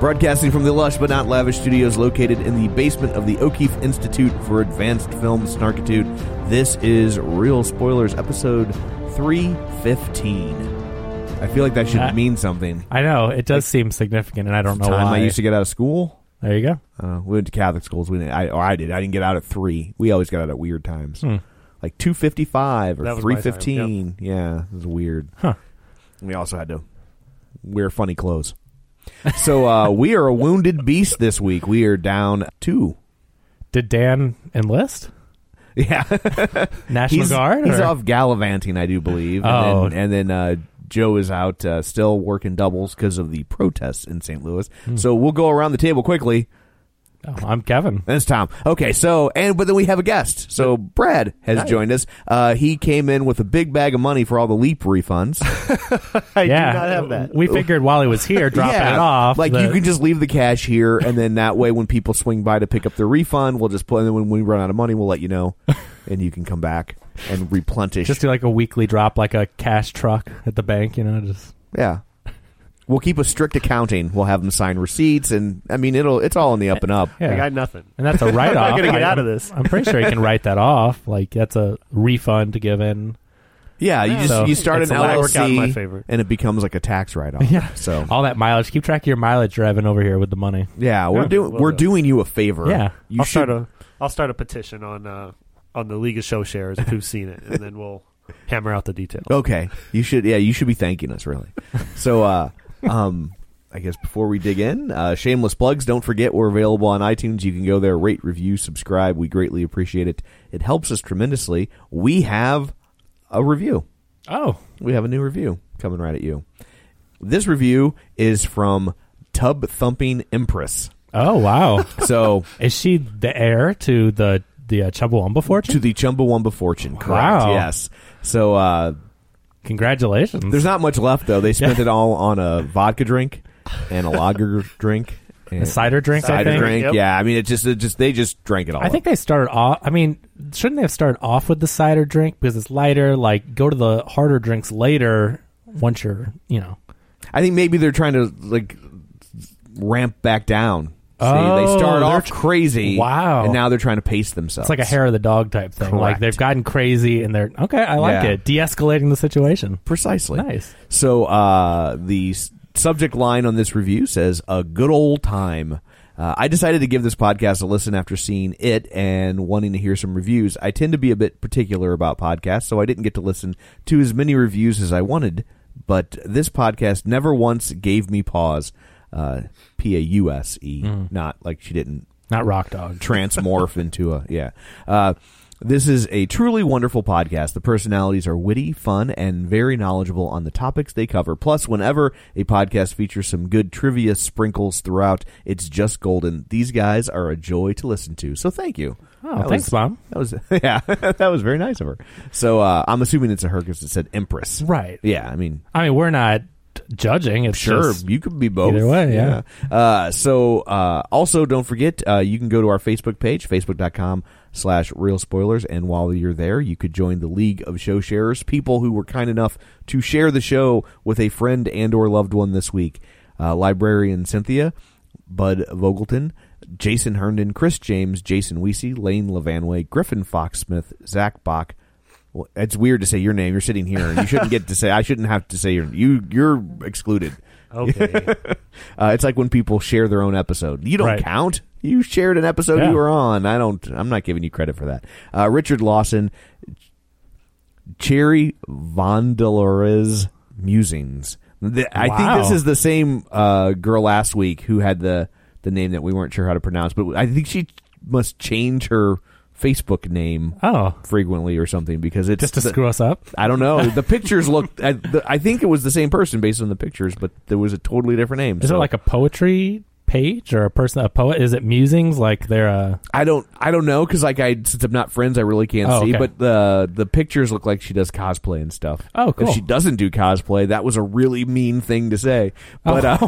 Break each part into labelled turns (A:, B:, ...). A: Broadcasting from the lush but not lavish studios located in the basement of the O'Keefe Institute for Advanced Film Snarkitude, this is Real Spoilers, episode 315. I feel like that should
B: Uh,
A: mean something.
B: I know it does seem significant, and I don't know
A: Time
B: why.
A: I used to get out of school.
B: there you go.
A: Uh, we went to Catholic schools. We didn't, I, or I did. I didn't get out at three. We always got out at weird times, like two fifty five
B: Hmm. That
A: or
B: was
A: three
B: my time,
A: fifteen. Yeah, it was weird.
B: Huh.
A: We also had to wear funny clothes. so uh, we are a wounded beast this week. We are down two.
B: Did Dan enlist
A: Yeah,
B: National
A: he's,
B: Guard?
A: he's
B: or-
A: off gallivanting, I do believe.
B: Oh.
A: and then, and then uh, Joe is out uh, still working doubles because of the protests in St. Louis.
B: Hmm.
A: So we'll go around the table quickly.
B: Oh, I'm Kevin.
A: That's Tom. Okay, so and but then we have a guest. So Brad has joined us. Uh, he came in with a big bag of money for all the leap refunds.
B: I yeah, do not have that. We figured while he was here, dropping
A: Yeah,
B: it off.
A: Like
B: that-
A: you can just leave the cash here, and then that way, when people swing by to pick up their refund, we'll just play. And then when we run out of money, we'll let you know, and you can come back and replenish.
B: just do like a weekly drop, like a cash truck at the bank. You know, just
A: yeah. We'll keep a strict accounting. We'll have them sign receipts, and I mean, it'll it's all in the up and up.
B: yeah.
C: I got nothing.
B: and that's a write off.
C: I'm not gonna get out of this.
B: I'm pretty sure you can write that off. Like that's a refund given.
A: Yeah, you just
B: So
A: you start an
C: it's allowed. Worked out in my
A: LLC,
C: favor.
A: and it becomes like a tax write off.
B: Yeah.
A: so
B: All that mileage. Keep track of your mileage driving over here with the money.
A: Yeah, we're
C: Yeah.
A: doing
C: Well
A: we're
C: done.
A: doing you a favor.
B: Yeah.
A: you
C: I'll
A: should.
C: start a I'll start a petition on uh, on the League of Show Shares of who's seen it, and then we'll hammer out the details.
A: okay, you should. Yeah, you should be thanking us really. so, uh, um, I guess before we dig in, uh, shameless plugs. Don't forget we're available on iTunes. You can go there, rate, review, subscribe. We greatly appreciate it. It helps us tremendously. We have a review.
B: Oh,
A: We have a new review coming right at you. This review is from Tub Thumping Empress.
B: oh wow.
A: So
B: Is she the heir to the the uh, Chumbawamba fortune?
A: to the Chumbawamba fortune, correct?
B: Wow.
A: Yes. So uh,
B: Congratulations.
A: There's not much left though. They spent it all on a vodka drink and a lager drink, and
B: A cider drink, I
A: cider
B: think.
A: drink.
C: Yep.
A: Yeah, I mean, it just, it just they just drank it all.
B: I think
A: up.
B: they started off. I mean, shouldn't they have started off with the cider drink because it's lighter? Like, go to the harder drinks later once you're, you know.
A: I think maybe they're trying to like ramp back down. See, they
B: Oh,
A: start
B: they're
A: off
B: tr-
A: crazy,
B: Wow.
A: and now they're trying to pace themselves.
B: It's like a hair of the dog type thing. Like
A: Correct.
B: they've gotten crazy and they're okay. I like
A: Yeah.
B: it. De-escalating the situation.
A: precisely.
B: Nice.
A: So uh, the s- subject line on this review says a good old time. Uh, I decided to give this podcast a listen after seeing it and wanting to hear some reviews. I tend to be a bit particular about podcasts, so I didn't get to listen to as many reviews as I wanted. But this podcast never once gave me pause. Uh, P a u s e, not like she didn't
B: Not rock dog.
A: transmorph into a yeah. Uh, this is a truly wonderful podcast. The personalities are witty, fun, and very knowledgeable on the topics they cover. Plus, whenever a podcast features some good trivia sprinkles throughout, it's just golden. These guys are a joy to listen to. So, thank you.
B: Oh,
A: That
B: thanks,
A: was-
B: mom.
A: That was yeah, that was very nice of her. So, uh, I'm assuming it's a her because it said Empress,
B: Right.
A: Yeah, I mean,
B: I mean, we're not judging. It's
A: Sure,
B: just-
A: you could be both.
B: Either way, yeah.
A: Yeah. Uh, so uh, also, don't forget uh, you can go to our Facebook page, facebook.com slash real spoilers, and while you're there, you could join the League of Show Sharers, people who were kind enough to share the show with a friend and or loved one this week. Uh, librarian Cynthia, Bud Vogelton, Jason Herndon, Chris James, Jason Weesey, Lane Levanway, Griffin Foxsmith, Zach Bach. Well, it's weird to say your name. You're sitting here, and you shouldn't get to say. I shouldn't have to say your you. You're excluded.
C: Okay.
A: Uh, it's like when people share their own episode. You don't
B: Right.
A: count. You shared an episode
B: Yeah.
A: you were on. I don't. I'm not giving you credit for that. Uh, Richard Lawson, Cherry Vondelores musings. The- I
B: Wow.
A: think this is the same uh, girl last week who had the the name that we weren't sure how to pronounce, but I think she must change her Facebook name
B: oh,
A: frequently or something because it's
B: just to
A: the-
B: screw us up.
A: I don't know. The pictures looked. I, the, I think it was the same person based on the pictures, but there was a totally different name.
B: Is
A: so
B: it like a poetry page or a person, a poet? Is it musings? Like they're a
A: I don't. I don't know because like I since I'm not friends, I really can't
B: Oh,
A: see.
B: okay.
A: But the the pictures look like she does cosplay and stuff.
B: Oh, cool.
A: If she doesn't do cosplay, that was a really mean thing to say. But uh,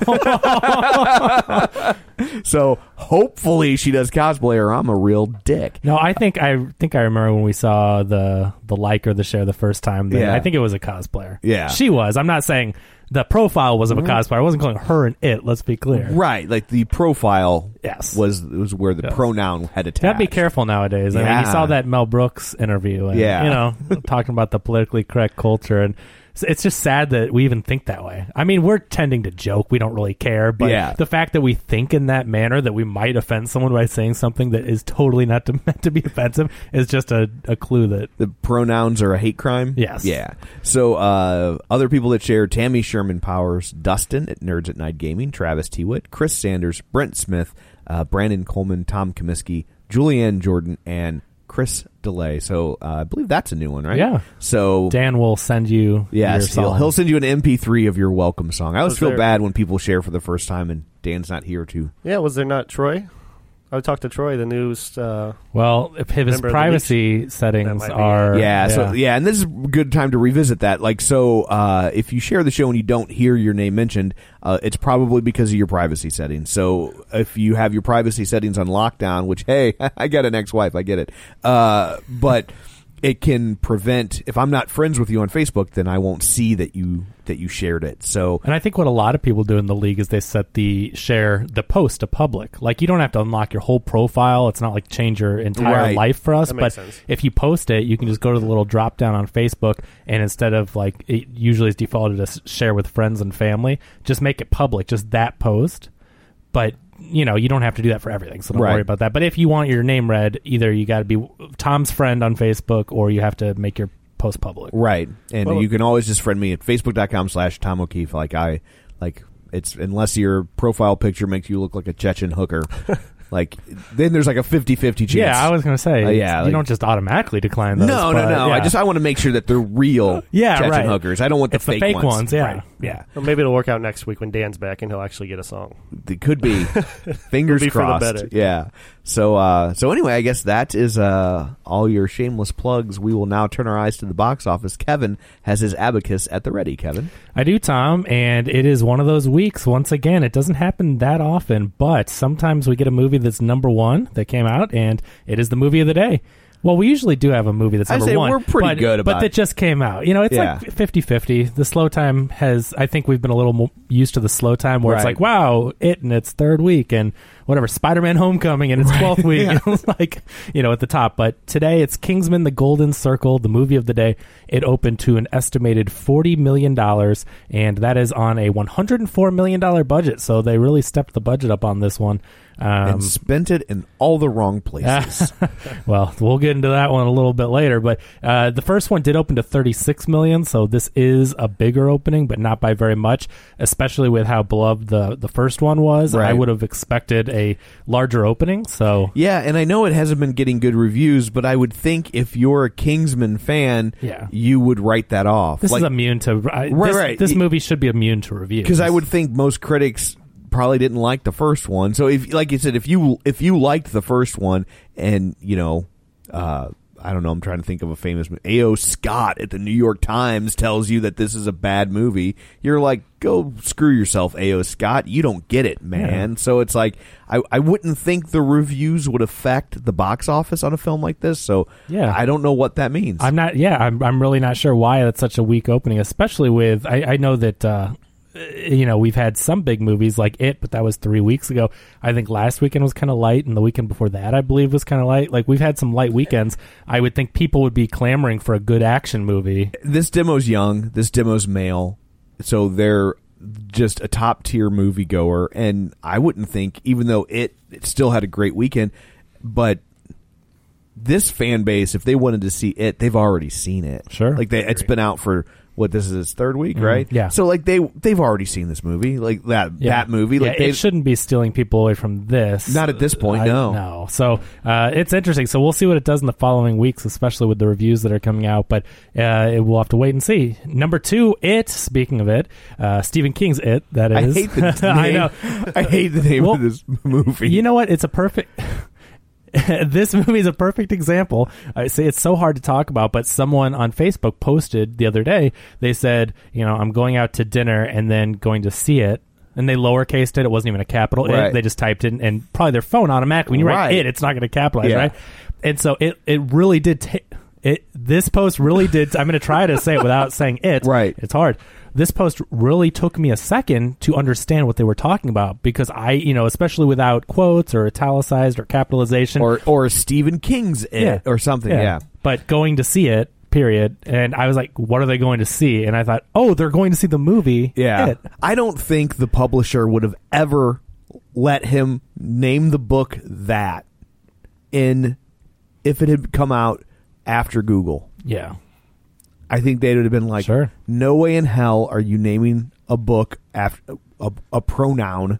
A: so hopefully she does cosplay, or I'm a real dick.
B: no. I think I think I remember when we saw the the liker the share the first time. That
A: Yeah.
B: I think it was a cosplayer.
A: Yeah. Mm-hmm.
B: she was. I'm not saying the profile was of a cosplayer. I wasn't calling her an it. Let's be clear.
A: Right, like the profile.
B: Yes.
A: was was where the
B: Yes.
A: pronoun had attached.
B: Gotta be careful nowadays. I mean, you
A: Yeah.
B: saw that Mel Brooks interview, and,
A: Yeah.
B: you know, talking about the politically correct culture, and it's- it's just sad that we even think that way. I mean, we're tending to joke; we don't really care, but
A: Yeah.
B: the fact that we think in that manner that we might offend someone by saying something that is totally not to, meant to be offensive is just a, a clue that
A: The pronouns are a hate crime?
B: Yes.
A: Yeah. So uh, other people that share Tammy Sherman Powers, Dustin at Nerds at Night Gaming, Travis Tewitt, Chris Sanders, Brent Smith, uh, Brandon Coleman, Tom Comiskey, Julianne Jordan, and Chris Delay. So uh, I believe that's a new one, right?
B: Yeah.
A: So
B: Dan will send you. your
A: yes, he'll,
B: song.
A: he'll send you an MP3 of your welcome song. I always
C: Was
A: feel
C: there-
A: bad when people share for the first time and Dan's not here to.
C: yeah, was there not Troy? I talked to Troy, the news. Uh,
B: well, if if his
C: Remember the
B: privacy settings
C: That might be-
B: are
A: yeah, so yeah, and this is a good time to revisit that. Like, so uh, if you share the show and you don't hear your name mentioned, uh, it's probably because of your privacy settings. So if you have your privacy settings on lockdown, which hey, I got an ex-wife, I get it, uh, but it can prevent. If I'm not friends with you on Facebook, then I won't see that you that you shared it. So
B: And I think what a lot of people do in the league is they set the share the post to public. Like you don't have to unlock your whole profile. It's not like change your entire
A: Right.
B: life for us.
C: That
B: But
C: makes sense.
B: if you post it, you can just go to the little drop down on Facebook, and instead of like it usually is defaulted to s- share with friends and family, just make it public. Just that post, but. You know, you don't have to do that for everything, so don't
A: Right.
B: worry about that. But if you want your name read, either you got to be Tom's friend on Facebook, or you have to make your post public.
A: Right. And
C: Well-
A: you can always just friend me at facebook.com slash Tom O'Keefe. Like I like it's unless your profile picture makes you look like a Chechen hooker. like then there's like a 50-50 chance.
B: Yeah, I was gonna say,
A: Uh, yeah,
B: you
A: like-
B: don't just automatically decline
A: No,
B: those.
A: no,
B: but-
A: no. I
B: yeah.
A: just I want to make sure that they're real
B: Yeah,
A: Chechen
B: right.
A: hookers. I don't want the
B: it's
A: fake,
B: the fake ones. yeah,
A: Right.
B: yeah.
C: well, maybe it'll work out next week when Dan's back and he'll actually get a song.
A: It could be. Fingers
C: Could be for the
A: crossed.
C: better.
A: Yeah. So uh so anyway, I guess that is uh all your shameless plugs. We will now turn our eyes to the box office. Kevin has his abacus at the ready, Kevin.
B: I do, Tom, and it is one of those weeks. Once again, it doesn't happen that often, but sometimes we get a movie that's number one that came out, and it is the movie of the day. Well, we usually do have a movie that's
A: I'd
B: number
A: say
B: one.
A: we're pretty
B: but,
A: good
B: But
A: about-
B: that just came out. You know, it's
A: Yeah.
B: like 50 50. The slow time has, I think we've been a little more used to the slow time where it's
A: Right.
B: like, wow, it in its third week and whatever, Spider Man Homecoming in its 12th week. It's like, you know, at the top. But today it's Kingsman The Golden Circle, the movie of the day. It opened to an estimated $40 million, and that is on a $104 million budget. So they really stepped the budget up on this one. Um,
A: and spent it in all the wrong places.
B: well, we'll get into that one a little bit later, but uh, the first one did open to 36 million, so this is a bigger opening, but not by very much, especially with how beloved the the first one was. I
A: Right.
B: would have expected a larger opening, so
A: yeah, and I know it hasn't been getting good reviews, but I would think if you're a Kingsman fan,
B: Yeah.
A: you would write that off.
B: this is immune to
A: Right,
B: I, this,
A: right.
B: This
A: Y-
B: movie should be immune to review
A: because I would think most critics probably didn't like the first one. So if like you said if you if you liked the first one and, you know, uh I don't know. I'm trying to think of a famous. mo- A.O. Scott at the New York Times tells you that this is a bad movie. You're like, go screw yourself, A.O. Scott. You don't get it, man. So it's like, I, I wouldn't think the reviews would affect the box office on a film like this. So
B: Yeah.
A: I don't know what that means.
B: I'm not. Yeah, I'm. I'm really not sure why that's such a weak opening, especially with. I, I know that. Uh, you know, we've had some big movies like it, but that was three weeks ago. I think last weekend was kind of light, and the weekend before that, I believe, was kind of light. Like we've had some light weekends. I would think people would be clamoring for a good action movie.
A: this demo's young. This demo's male, so they're just a top tier moviegoer. And I wouldn't think, even though it, it still had a great weekend, but this fan base, if they wanted to see it, they've already seen it.
B: Sure. Mm-hmm.
A: like they, it's been out for what this is its third week, right?
B: yeah.
A: So like they they've already seen this movie, like that that movie, like
B: yeah,
A: they
B: it shouldn't be stealing people away from this.
A: Not at this point,
B: I-
A: no.
B: No. So uh, it's interesting. So we'll see what it does in the following weeks, especially with the reviews that are coming out. But uh, it- we'll have to wait and see. Number two, it. Speaking of it, uh, Stephen King's it. That
A: I
B: is.
A: hate the name.
B: I know.
A: I hate the name
B: Well,
A: of this movie.
B: You know what? It's a perfect. this movie is a perfect example. I say it's so hard to talk about, but someone on Facebook posted the other day. They said, you know, I'm going out to dinner and then going to see it. And they lowercased it. It wasn't even a capital. It.
A: Right.
B: They just typed it, and probably their phone automatically. When you write
A: Right.
B: it, it's not going to capitalize,
A: Yeah.
B: right? And so it it really did. ta- it this post really did. I'm going to try to say it without saying it.
A: Right.
B: It's hard. This post really took me a second to understand what they were talking about because I, you know, especially without quotes or italicized or capitalization
A: or or Stephen King's it or something. yeah.
B: But going to see it, period. And I was like, what are they going to see? And I thought, oh, they're going to see the movie.
A: Yeah.
B: It.
A: I don't think the publisher would have ever let him name the book that in if it had come out after Google.
B: Yeah.
A: I think they would have been like,
B: Sure.
A: "No way in hell are you naming a book after a, a pronoun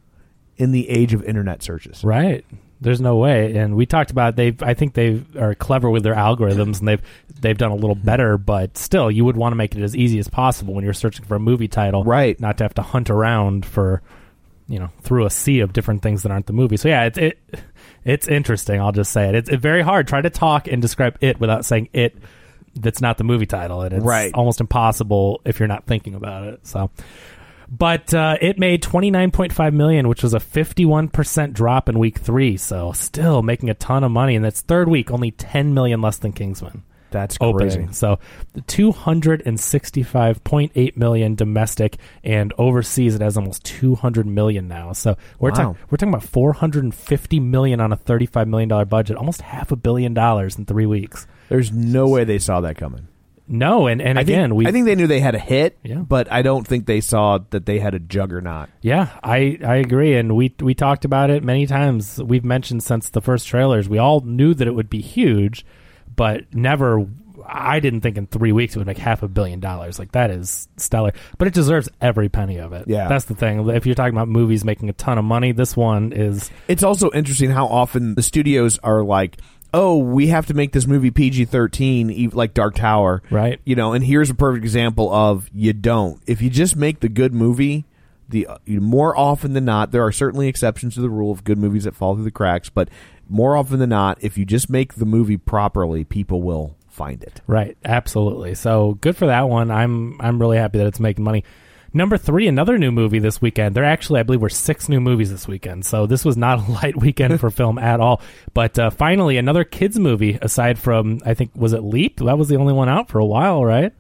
A: in the age of internet searches."
B: Right. There's no way. And we talked about they I think they are clever with their algorithms and they've they've done a little better, but still you would want to make it as easy as possible when you're searching for a movie title.
A: Right.
B: Not to have to hunt around for you know, through a sea of different things that aren't the movie. So yeah, it's it it's interesting, I'll just say it. It's very hard. Try to talk and describe it without saying it that's not the movie title. And it's
A: Right.
B: almost impossible if you're not thinking about it. So but uh, it made 29.5 million which was a 51% drop in week three so still making a ton of money and that's third week only 10 million less than kingsman
A: That's crazy.
B: opening so 265.8 million domestic and overseas it has almost 200 million now so we're,
A: Wow.
B: talking we're talking about 450 million on a 35 million dollar budget almost half a billion dollars in three weeks
A: There's no way they saw that coming.
B: no and, and
A: I
B: again
A: think,
B: we
A: I think they knew they had a hit,
B: Yeah.
A: but I don't think they saw that they had a juggernaut.
B: Yeah, I, I agree, and we we talked about it many times. We've mentioned since the first trailers, we all knew that it would be huge, but never. I didn't think in three weeks it would make half a billion dollars. Like that is stellar, but it deserves every penny of it.
A: Yeah.
B: that's the thing. If you're talking about movies making a ton of money, this one is
A: It's also interesting how often the studios are like, "Oh, we have to make this movie PG-13 ev- e-, like Dark Tower."
B: Right.
A: You know, and here's a perfect example of you don't. If you just make the good movie, the uh, you- more often than not, there are certainly exceptions to the rule of good movies that fall through the cracks, but more often than not, if you just make the movie properly, people will find it.
B: Right, absolutely. So good for that one. I'm I'm really happy that it's making money. Number three, another new movie this weekend. There actually, I believe, were six new movies this weekend. So this was not a light weekend for film at all. But uh, finally, another kids movie. Aside from, I think, was it Leap? That was the only one out for a while, right?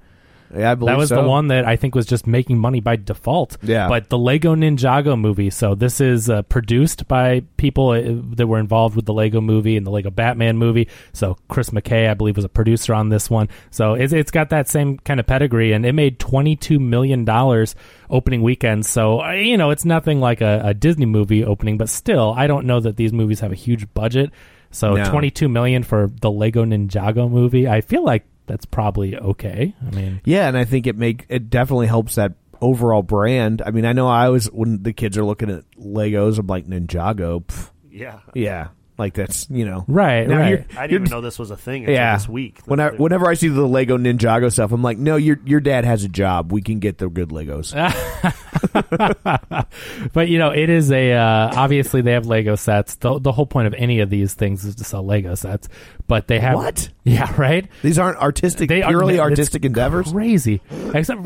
A: Yeah, I believe
B: That was
A: so.
B: the one that I think was just making money by default.
A: Yeah.
B: But the Lego Ninjago movie. So this is uh, produced by people uh, that were involved with the Lego movie and the Lego Batman movie. So Chris McKay, I believe, was a producer on this one. So it's, it's got that same kind of pedigree, and it made twenty two million dollars opening weekend. So uh, you know, it's nothing like a, a Disney movie opening, but still, I don't know that these movies have a huge budget. So
A: No.
B: twenty two million for the Lego Ninjago movie. I feel like that's probably okay. I mean.
A: Yeah, and I think it make it definitely helps that overall brand. I mean, I know I always when the kids are looking at Legos, I'm like Ninjago. Pff,
C: Yeah.
A: yeah, Like that's you know
B: Right,
A: Now
B: right.
A: you're-
C: I
A: you're-
C: didn't even know this was a thing until
A: yeah.
C: this week.
A: When I, whenever I see the Lego Ninjago stuff, I'm like, no, your your dad has a job. We can get the good Legos.
B: but you know, it is a uh, obviously they have Lego sets. The, the whole point of any of these things is to sell Lego sets. But they have
A: What?
B: Yeah, right.
A: These aren't artistic,
B: They are-
A: purely
B: it's
A: artistic endeavors.
B: Crazy. Except,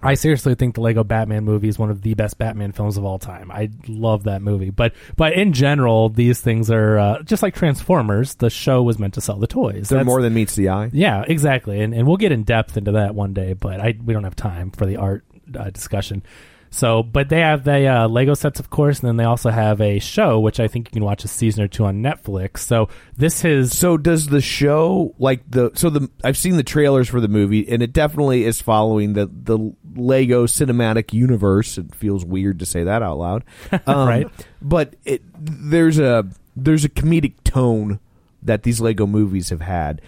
B: I seriously think the Lego Batman movie is one of the best Batman films of all time. I love that movie. But but in general, these things are uh, just like Transformers. The show was meant to sell the toys.
A: They're
B: That's-
A: more than meets the eye.
B: yeah, exactly. And and we'll get in depth into that one day, but I we don't have time for the art uh, discussion. So, but they have the uh, Lego sets, of course, and then they also have a show, which I think you can watch a season or two on Netflix. So this is
A: So does the show like the so the I've seen the trailers for the movie and it definitely is following the the Lego cinematic universe. It feels weird to say that out loud, um,
B: Right.
A: But it there's a there's a comedic tone that these Lego movies have had.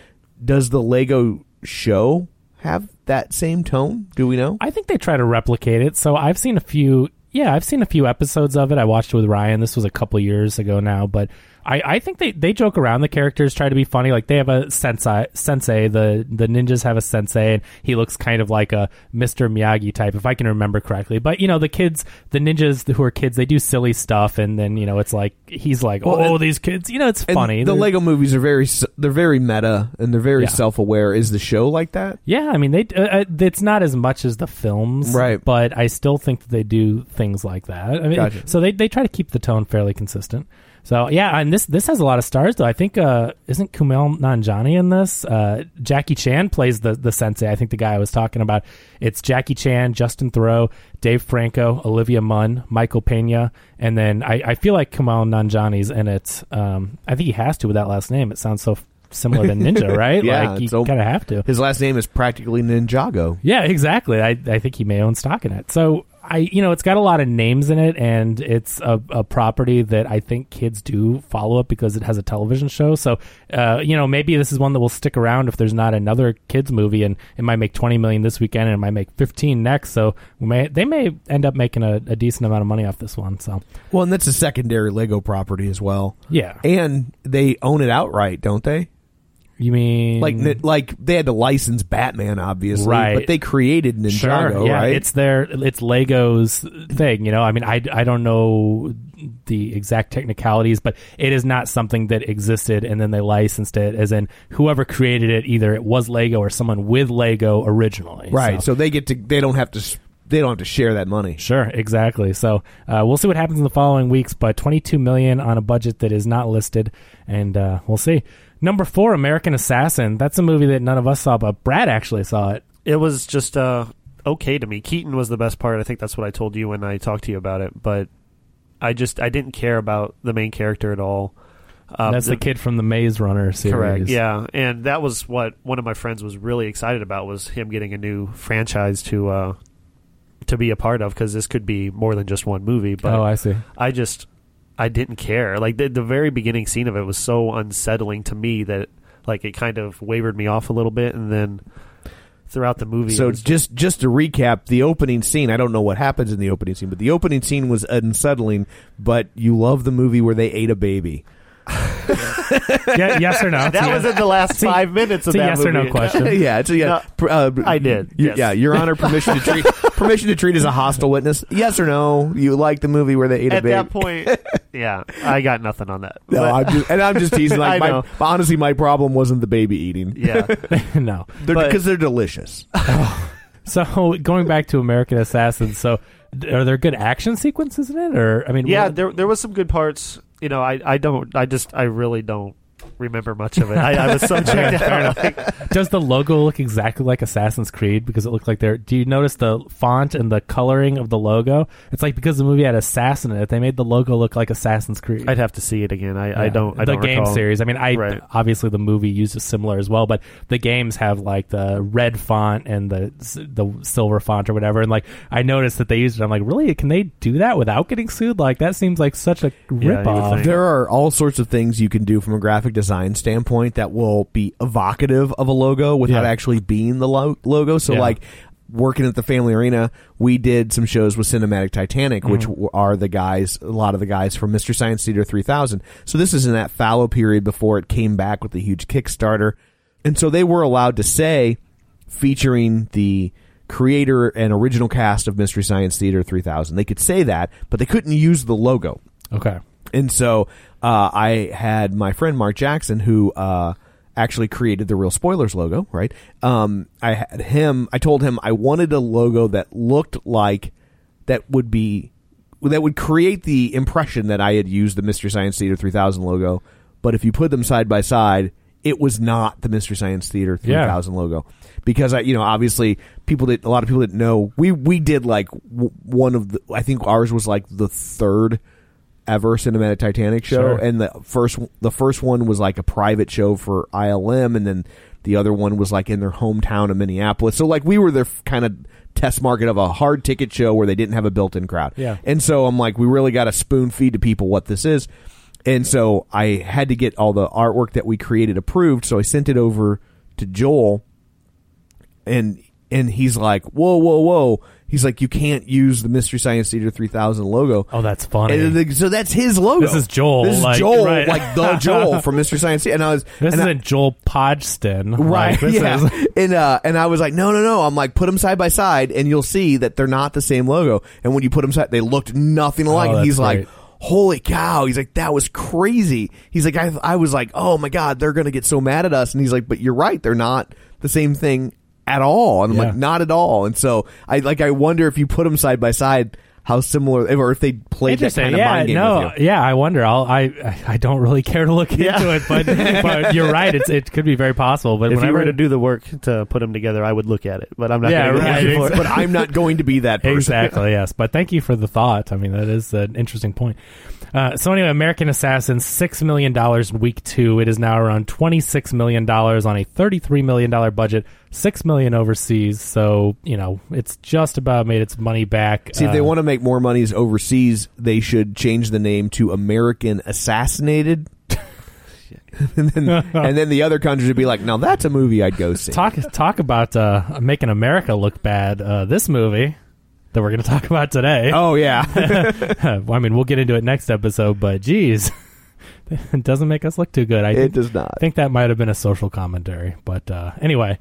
A: Does the Lego show have that same tone? Do we know?
B: I think they try to replicate it. So I've seen a few. Yeah, I've seen a few episodes of it. I watched it with Ryan. This was a couple years ago now, but I, I think they, they joke around. The characters try to be funny. Like they have a sensei. Sensei. The the ninjas have a sensei, and he looks kind of like a Mr. Miyagi type, if I can remember correctly. But you know, the kids, the ninjas who are kids, they do silly stuff, and then you know, it's like he's like,
A: Well,
B: oh,
A: and-
B: these kids. You know, it's
A: And
B: funny.
A: The
B: They're-
A: Lego movies are very s- they're very meta and they're very
B: Yeah.
A: self aware. Is the show like that?
B: Yeah, I mean, they uh, uh, it's not as much as the films,
A: Right.
B: But I still think that they do things like that. I mean,
A: Gotcha.
B: so they they try to keep the tone fairly consistent. So yeah, and this this has a lot of stars though. I think uh, isn't Kumail Nanjiani in this? Uh, Jackie Chan plays the the sensei. I think the guy I was talking about. It's Jackie Chan, Justin Thoreau, Dave Franco, Olivia Munn, Michael Pena, and then I, I feel like Kumail Nanjiani's in it. Um, I think he has to with that last name. It sounds so f- similar to Ninja, right?
A: Yeah,
B: like you
A: it's al-
B: kind of have to.
A: His last name is practically Ninjago.
B: Yeah, exactly. I, I think he may own stock in it. So I, you know, it's got a lot of names in it, and it's a, a property that I think kids do follow up because it has a television show. So, uh, you know, maybe this is one that will stick around if there's not another kids movie, and it might make twenty million this weekend, and it might make fifteen next. So we may they may end up making a, a decent amount of money off this one. So
A: Well, and that's a secondary Lego property as well.
B: yeah,
A: And they own it outright, don't they?
B: you mean
A: Like, ni- like they had to license Batman, obviously,
B: Mm. Right.
A: But they created Ninjago,
B: Sure, yeah,
A: right?
B: it's their it's Lego's thing, you know. I mean, I, I don't know the exact technicalities, but it is not something that existed and then they licensed it as in whoever created it either it was Lego or someone with Lego originally.
A: right. So. they get to, they don't have to, s- they don't have to share that money.
B: Sure, exactly. So uh, we'll see what happens in the following weeks, but 22 million on a budget that is not listed, and uh, we'll see. Number four, American Assassin. That's a movie that none of us saw, but Brad actually saw it.
C: it was just uh, okay to me. Keaton was the best part. I think that's what I told you when I talked to you about it. But I just I didn't care about the main character at all. Um,
B: That's the kid from the Maze Runner series.
C: Correct. Yeah, and that was what one of my friends was really excited about was him getting a new franchise to uh, to be a part of because this could be more than just one movie. But
B: Oh, I see.
C: I just I didn't care. Like the, the very beginning scene of it was so unsettling to me that like it kind of wavered me off a little bit, and then throughout the movie, it
A: So
C: was-
A: just just to recap, the opening scene. I don't know what happens in the opening scene, but the opening scene was unsettling. But you love the movie where they ate a baby.
B: yeah, yes or no? It's a
C: that
B: yes-
C: was in the last
B: See,
C: five minutes of
B: it's a
C: that
B: yes or no
C: movie.
B: question.
A: yeah, it's a, yeah.
C: No,
A: pr- uh,
C: I did,
A: you-
C: yes.
A: Yeah, Your Honor, permission to treat permission to treat as a hostile witness. Yes or no? You like the movie where they ate a
C: At
A: baby?
C: that point, yeah, I got nothing on that.
A: No,
C: But-
A: I'm just, and I'm just teasing.
C: I
A: Like, my,
C: know.
A: but honestly, my problem wasn't the baby eating
C: yeah.
B: no.
A: because
C: But-
A: they're delicious.
B: So going back to American Assassins, so d- are there good action sequences in it, or I mean,
C: yeah
B: what-
C: there there was some good parts you know i i don't i just i really don't remember much of it i, I was so checked out like,
B: does the logo look exactly like Assassin's Creed because it looked like they're? Do you notice the font and the coloring of the logo? It's like because the movie had assassin in it, they made the logo look like Assassin's Creed.
C: i'd have to see it again i i
B: Yeah.
C: don't I
B: the
C: don't
B: game
C: recall.
B: series. I mean, I
C: Right.
B: obviously the movie uses similar as well, but the games have like the red font and the s- the silver font or whatever. And like I noticed that they used it. I'm like, really? Can they do that without getting sued? Like that seems like such a
C: you would
B: rip off.
C: think.
A: There are all sorts of things you can do from a graphic design standpoint that will be evocative of a logo without
B: Yeah.
A: actually being the lo- logo. So
B: Yeah.
A: like. working at the Family Arena, we did some shows with Cinematic Titanic, which
B: Mm-hmm.
A: w are the guys, a lot of the guys from Mr. Science Theater 3000. So this is in that fallow period before it came back with the huge Kickstarter. And so they were allowed to say, featuring the creator and original cast of Mystery Science Theater 3000. They could say that, but they couldn't use the logo.
B: Okay.
A: And so uh, I had my friend Mark Jackson, who uh, actually created the Real Spoilers logo, right? Um, I had him, I told him I wanted a logo that looked like that would be, that would create the impression that I had used the Mystery Science Theater 3000 logo. But if you put them side by side, it was not the Mystery Science Theater
B: Yeah.
A: 3000 logo because I, you know, obviously people did a lot of people didn't know we we did like w- one of the I think ours was like the third ever cinematic Titanic show,
B: Sure.
A: and the first the first one was like a private show for ILM, and then the other one was like in their hometown of Minneapolis. So like we were their kind of test market of a hard ticket show where they didn't have a built in crowd.
B: Yeah.
A: and so I'm like, we really got to spoon feed to people what this is. And so I had to get all the artwork that we created approved. So I sent it over to Joel, and and he's like, "Whoa, whoa, whoa!" He's like, "You can't use the Mystery Science Theater 3000 logo."
B: Oh, that's funny.
A: And then- so that's his logo.
B: This is Joel,
A: This is
B: like,
A: Joel,
B: right.
A: like the Joel from Mystery Science Theater. And I was
B: This
A: and I-
B: isn't Joel Podgston,
A: right.
B: Like, this
A: yeah.
B: is-
A: and uh, and I was like, no, no, no. I'm like, put them side by side, and you'll see that they're not the same logo. And when you put them side, they looked nothing alike. and
B: Oh, that's
A: he's like.
B: great.
A: Holy cow! He's like, that was crazy. He's like, I, I was like, oh my god, they're gonna get so mad at us. And he's like, but you're right, they're not the same thing at all. And I'm
B: Yeah.
A: like, not at all. And so I like, I wonder if you put them side by side, how similar, or if they played that
B: Interesting.
A: kind of
B: yeah,
A: mind game with you.
B: no, yeah. I wonder. I'll, I I don't really care to look into it, but but you're right. It's it could be very possible. But
C: If you
B: whenever
C: were to do the work to put them together, I would look at it, but I'm not.
B: Yeah,
C: gonna go
B: right,
C: looking for it.
A: but I'm not going to be that person.
B: Exactly, yes. But thank you for the thought. I mean, that is an interesting point. Uh, so, anyway, American Assassin, $6 million in week two. It is now around $26 million on a $33 million budget, $6 million overseas. So, you know, it's just about made its money back.
A: See, if they
B: Uh,
A: want to make more monies overseas, they should change the name to American Assassinated. and, then, and then the other countries would be like, now that's a movie I'd go see.
B: Talk, talk about uh, making America look bad. Uh, this movie that we're going to talk about today.
A: oh, yeah.
B: Well, I mean, we'll get into it next episode, but geez, it doesn't make us look too good. I
A: it
B: think
A: does not.
B: I think that might have been a social commentary. But uh, anyway,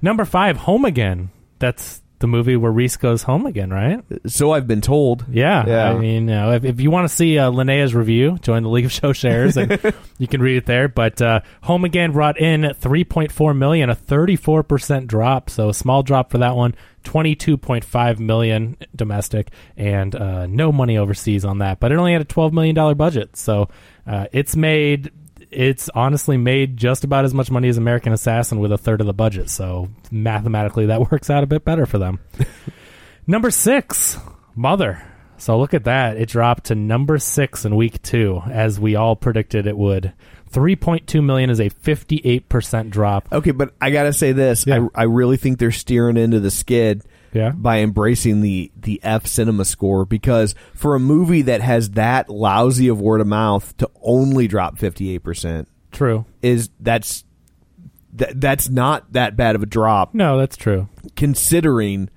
B: number five, Home Again. That's the movie where Reese goes home again, right?
A: So I've been told.
B: Yeah.
A: Yeah.
B: I mean, you know, if, if you want to see uh, Linnea's review, join the League of Show Shares, and you can read it there. But uh, Home Again brought in 3.4 million, a 34 percent drop. So a small drop for that one. 22.5 million domestic, and uh, no money overseas on that. But it only had a 12 million dollar budget, so uh, it's made. It's honestly made just about as much money as American Assassin with a third of the budget. So mathematically, that works out a bit better for them. Number six, Mother. So look at that. It dropped to number six in week two, as we all predicted it would. 3.2 million is a 58% drop.
A: Okay, but I got to say this.
B: Yeah.
A: I, I really think they're steering into the skid
B: Yeah.
A: by embracing the, the F cinema score because for a movie that has that lousy of word of mouth to only drop 58%.
B: True.
A: is that's that, that's not that bad of a drop
B: No, that's true.
A: considering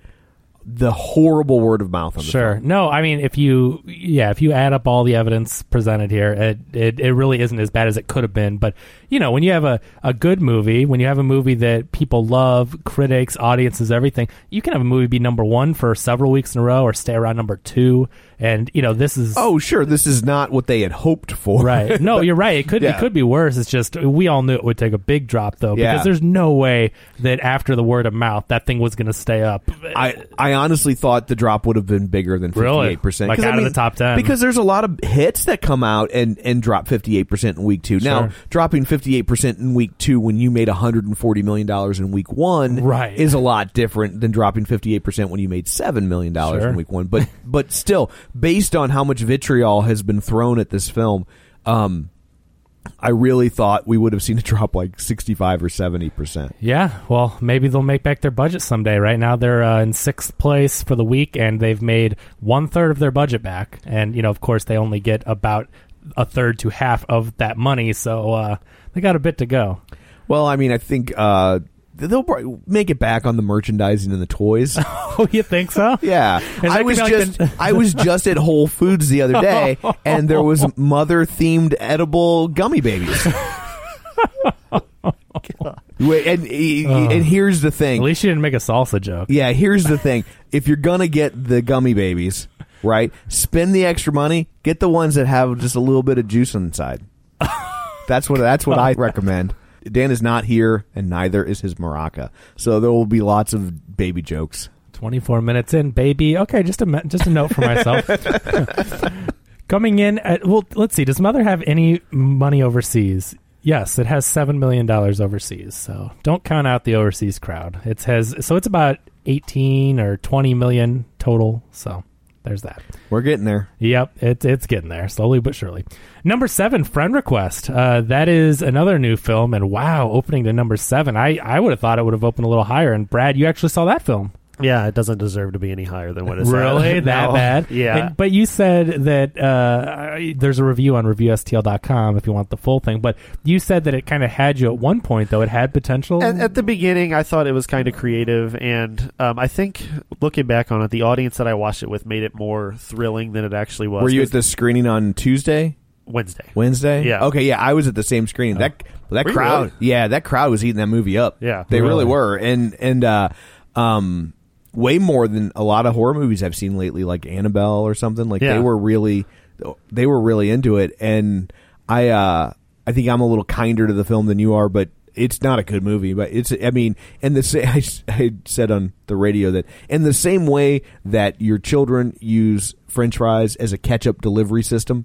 A: the horrible word of mouth on the
B: Sure.
A: film.
B: No, I mean, if you, yeah, if you add up all the evidence presented here, it, it, it really isn't as bad as it could have been. But, you know, when you have a, a good movie, when you have a movie that people love, critics, audiences, everything, you can have a movie be number one for several weeks in a row or stay around number two. And, you know, this is.
A: Oh, sure. This is not what they had hoped for.
B: Right. No, you're right. It could
A: Yeah.
B: it could be worse. It's just we all knew it would take a big drop though
A: Yeah.
B: because there's no way that after the word of mouth that thing was going to stay up.
A: I, I honestly thought the drop would have been bigger than
B: Really?
A: 58%. 'Cause,
B: Like
A: I
B: out of the
A: mean,
B: top 10.
A: Because there's a lot of hits that come out and, and drop 58% in week two. Now,
B: Sure.
A: dropping 58% in week two when you made $140 million in week one
B: Right.
A: is a lot different than dropping 58% when you made $7 million
B: Sure.
A: in week one. But, but still, based on how much vitriol has been thrown at this film, um, I really thought we would have seen a drop like 65 or 70%.
B: Yeah, well, maybe they'll make back their budget someday. Right now, they're uh, in sixth place for the week, and they've made one third of their budget back. And you know, of course, they only get about a third to half of that money, so uh, they got a bit to go.
A: Well, I mean, I think uh, they'll probably make it back on the merchandising and the toys.
B: Oh, you think so?
A: Yeah,
B: that
A: I was
B: gonna be like
A: just
B: the-
A: I was just at Whole Foods the other day, and there was mother themed edible gummy babies. Wait, and and here's the
B: Uh. At
A: thing.
B: least you didn't make a salsa joke.
A: Yeah, here's the thing. If you're gonna get the gummy babies, right? Spend the extra money. Get the ones that have just a little bit of juice inside. That's what that's what I recommend. Dan is not here, and neither is his maraca. So there will be lots of baby jokes.
B: 24 minutes in, baby. Okay, just a me- just a note for myself. Coming in at well, let's see. Does Mother have any money overseas? Yes, it has 7 million dollars overseas. So, don't count out the overseas crowd. It has so it's about 18 or 20 million total. So, there's that.
A: We're getting there.
B: Yep, it, it's getting there slowly but surely. Number seven, Friend Request. Uh, that is another new film, and wow, opening to number seven. I, I would have thought it would have opened a little higher. And Brad, you actually saw that film,
C: Yeah, it doesn't deserve to be any higher than what it's at.
B: really? That
C: No.
B: bad?
C: Yeah.
B: And- but you said that uh, I- there's a review on ReviewSTL.com if you want the full thing. But you said that it kind of had you at one point, though it had potential.
C: at, at the beginning, I thought it was kind of creative, and um, I think looking back on it, the audience that I watched it with made it more thrilling than it actually was.
A: Were you
C: 'Cause
A: at the screening on Tuesday?
C: Wednesday?
A: Wednesday?
C: Yeah.
A: Okay, yeah, I was at the same screening. That that
C: Were you
A: crowd,
C: really?
A: yeah, that crowd was eating that movie up.
C: Yeah.
A: they really,
B: Really?
A: were, and and uh, um, way more than a lot of horror movies I've seen lately, like Annabelle or something. Like
C: Yeah.
A: they were really, they were really into it, and I uh, I think I'm a little kinder to the film than you are, but. It's not a good movie, but it's. I mean, and the sa- I, s- I said on the radio that in the same way that your children use French fries as a catch-up delivery system,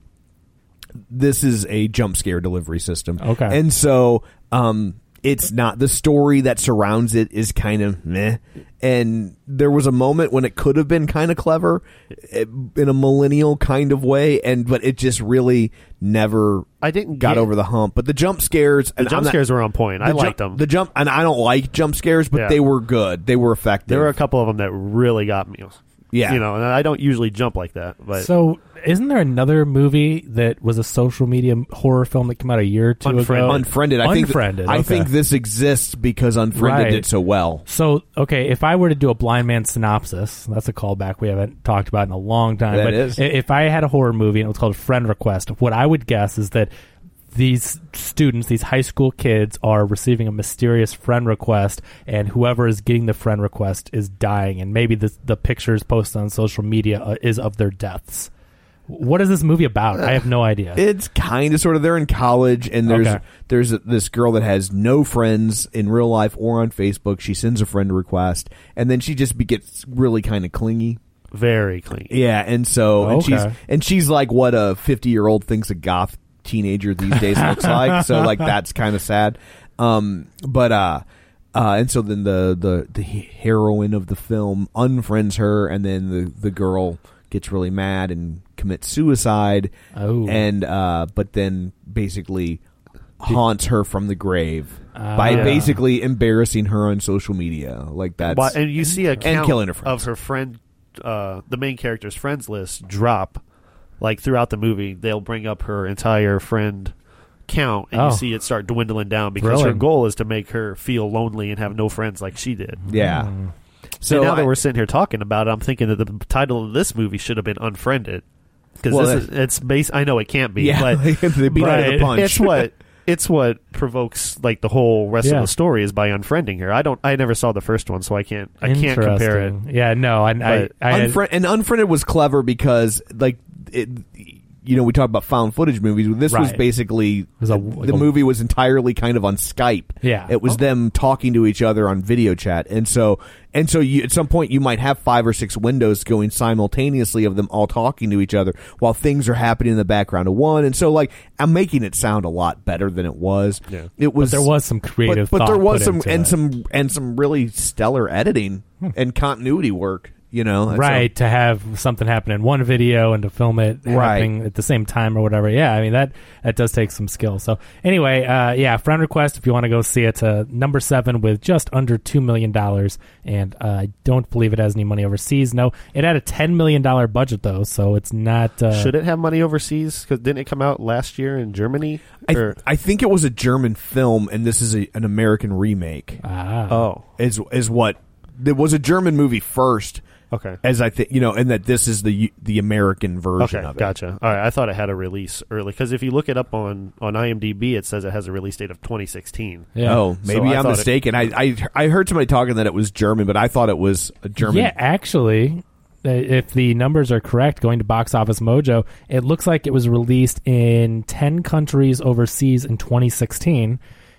A: this is a jump scare delivery system.
B: Okay.
A: And so um it's not the story that surrounds it is kind of meh. And there was a moment when it could have been kind of clever eh, in a millennial kind of way and but it just really never
C: I didn't
A: got
C: get-
A: over the hump. But the jump scares
C: The jump scares were on point. I liked them.
A: The jump and I don't like jump scares but
C: Yeah.
A: they were good. They were effective.
C: there were a couple of them that really got me.
A: Yeah.
C: you know, and I don't usually jump like that, but
B: so, isn't there another movie that was a social media horror film that came out a year or two ago?
A: Unfriended. I think
B: Unfriended.
A: I
B: okay.
A: think this exists because Unfriended
B: Right.
A: did so well.
B: So, okay, if I were to do a blind man synopsis, that's a callback we haven't talked about in a long time.
A: That
B: but
A: is.
B: i- if I had a horror movie and it was called Friend Request, what I would guess is that these students, these high school kids, are receiving a mysterious friend request, and whoever is getting the friend request is dying, and maybe the the pictures posted on social media uh, is of their deaths. What is this movie about? I have no idea.
A: It's kind of sort of they're in college and there's
B: Okay.
A: there's this girl that has no friends in real life or on Facebook. She sends a friend request and then she just be, gets really kind of clingy.
C: very clean.
A: Yeah, and so and
B: Okay.
A: she's and she's like what a 50-year-old thinks a goth teenager these days looks like. So like that's kind of sad. Um but uh uh, and so then the, the, the heroine of the film unfriends her, and then the, the girl gets really mad and commits suicide
B: Oh.
A: and uh, but then basically haunts her from the grave by
B: Ah.
A: basically embarrassing her on social media like that's
C: Why- and you see a count
A: killing her friends.
C: of her friend, uh, the main character's friends list drop. Like throughout the movie, they'll bring up her entire friend count, and
B: Oh.
C: you see it start dwindling down because
B: Thrilling.
C: her goal is to make her feel lonely and have no friends like she did.
A: yeah
C: So
A: so
C: now
A: I-
C: that we're sitting here talking about it, I'm thinking that the title of this movie should have been Unfriended because
A: Well,
C: this is, it's based. I know it can't be,
A: yeah
C: but
A: like, they beat her to the
C: Right.
A: punch
C: It's what it's what provokes like the whole rest
B: Yeah.
C: of the story is by unfriending her. I don't. I never saw the first one, so I can't. I can't compare it.
B: Interesting. Yeah, no, I, I,
C: But
B: I had-
A: Unfri- and unfriended was clever because like it you know we talk about found footage movies this was
B: Right.
A: basically
B: was a- like
A: the
B: a-
A: movie was entirely kind of on skype
B: Yeah.
A: it was
B: Oh.
A: them talking to each other on video chat and so and so you, at some point you might have five or six windows going simultaneously of them all talking to each other while things are happening in the background of one and so like i'm making it sound a lot better than it was
C: Yeah.
A: it was
B: there was some
A: but-
B: creative
A: but, there
B: thought
A: was
B: put
A: some
B: into
A: and
B: it.
A: some and some really stellar editing and continuity work You know, That's
B: right to have something happen in one video and to film it
A: Right.
B: happening at the same time or whatever yeah i mean that that does take some skill so anyway uh, yeah friend request if you want to go see it uh, number seven with just under two million dollars and uh, i don't believe it has any money overseas no it had a 10 million dollar budget though so it's not uh,
C: Should it have money overseas? Because didn't it come out last year in Germany?
A: I,
C: Or-
A: I think it was a German film, and this is a, an American remake.
B: ah,
C: oh,
A: Is is what it was a German movie first,
C: okay,
A: as I think you know, and that this is the the American version
C: okay,
A: of it.
C: gotcha. All right, I thought it had a release early because if you look it up on on IMDb, it says it has a release date of 2016.
B: yeah.
A: Oh,
C: So
A: maybe
C: I
A: I'm
C: thought it-
A: mistaken. I, I I heard somebody talking that it was German, but I thought it was a German.
B: Yeah, actually, uh, if the numbers are correct, going to Box Office Mojo, it looks like it was released in 10 countries overseas in 2016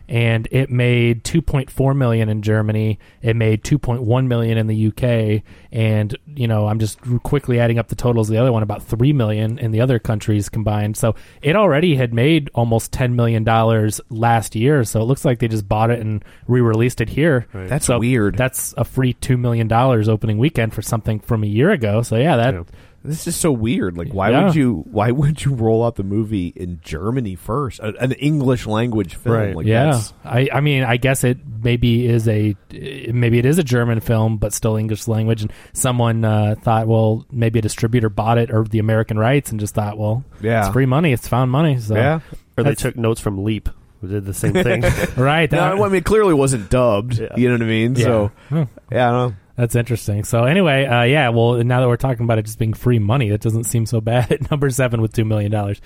B: and it made 2.4 million in Germany, it made 2.1 million in the UK and you know, I'm just r- quickly adding up the totals of the other one about 3 million in the other countries combined. So, it already had made almost 10 million dollars last year, so it looks like they just bought it and re-released it here.
A: That's
B: So
A: weird.
B: That's a free two million dollars opening weekend for something from a year ago. So yeah, that
C: Yeah.
A: This is so weird. Like, why
B: Yeah.
A: would you? Why would you roll out the movie in Germany first? A- an English language film.
C: Right.
A: Like,
B: yeah.
A: that's-
B: I, I mean, I guess it maybe is a eh, maybe it is a German film, but still English language. And someone uh, thought, well, maybe a distributor bought it or the American rights, and just thought, well,
A: Yeah.
B: it's free money, it's found money. So
A: yeah.
C: Or they
B: That's-
C: took notes from Leap, who did the same thing.
B: right. that-
A: No, I mean, it clearly wasn't dubbed.
C: Yeah.
A: You know what I mean?
B: yeah.
A: So,
B: Hmm.
A: yeah, I don't know.
B: That's interesting. So anyway, uh, yeah. Well, now that we're talking about it just being free money, that doesn't seem so bad. At number seven with two million dollars.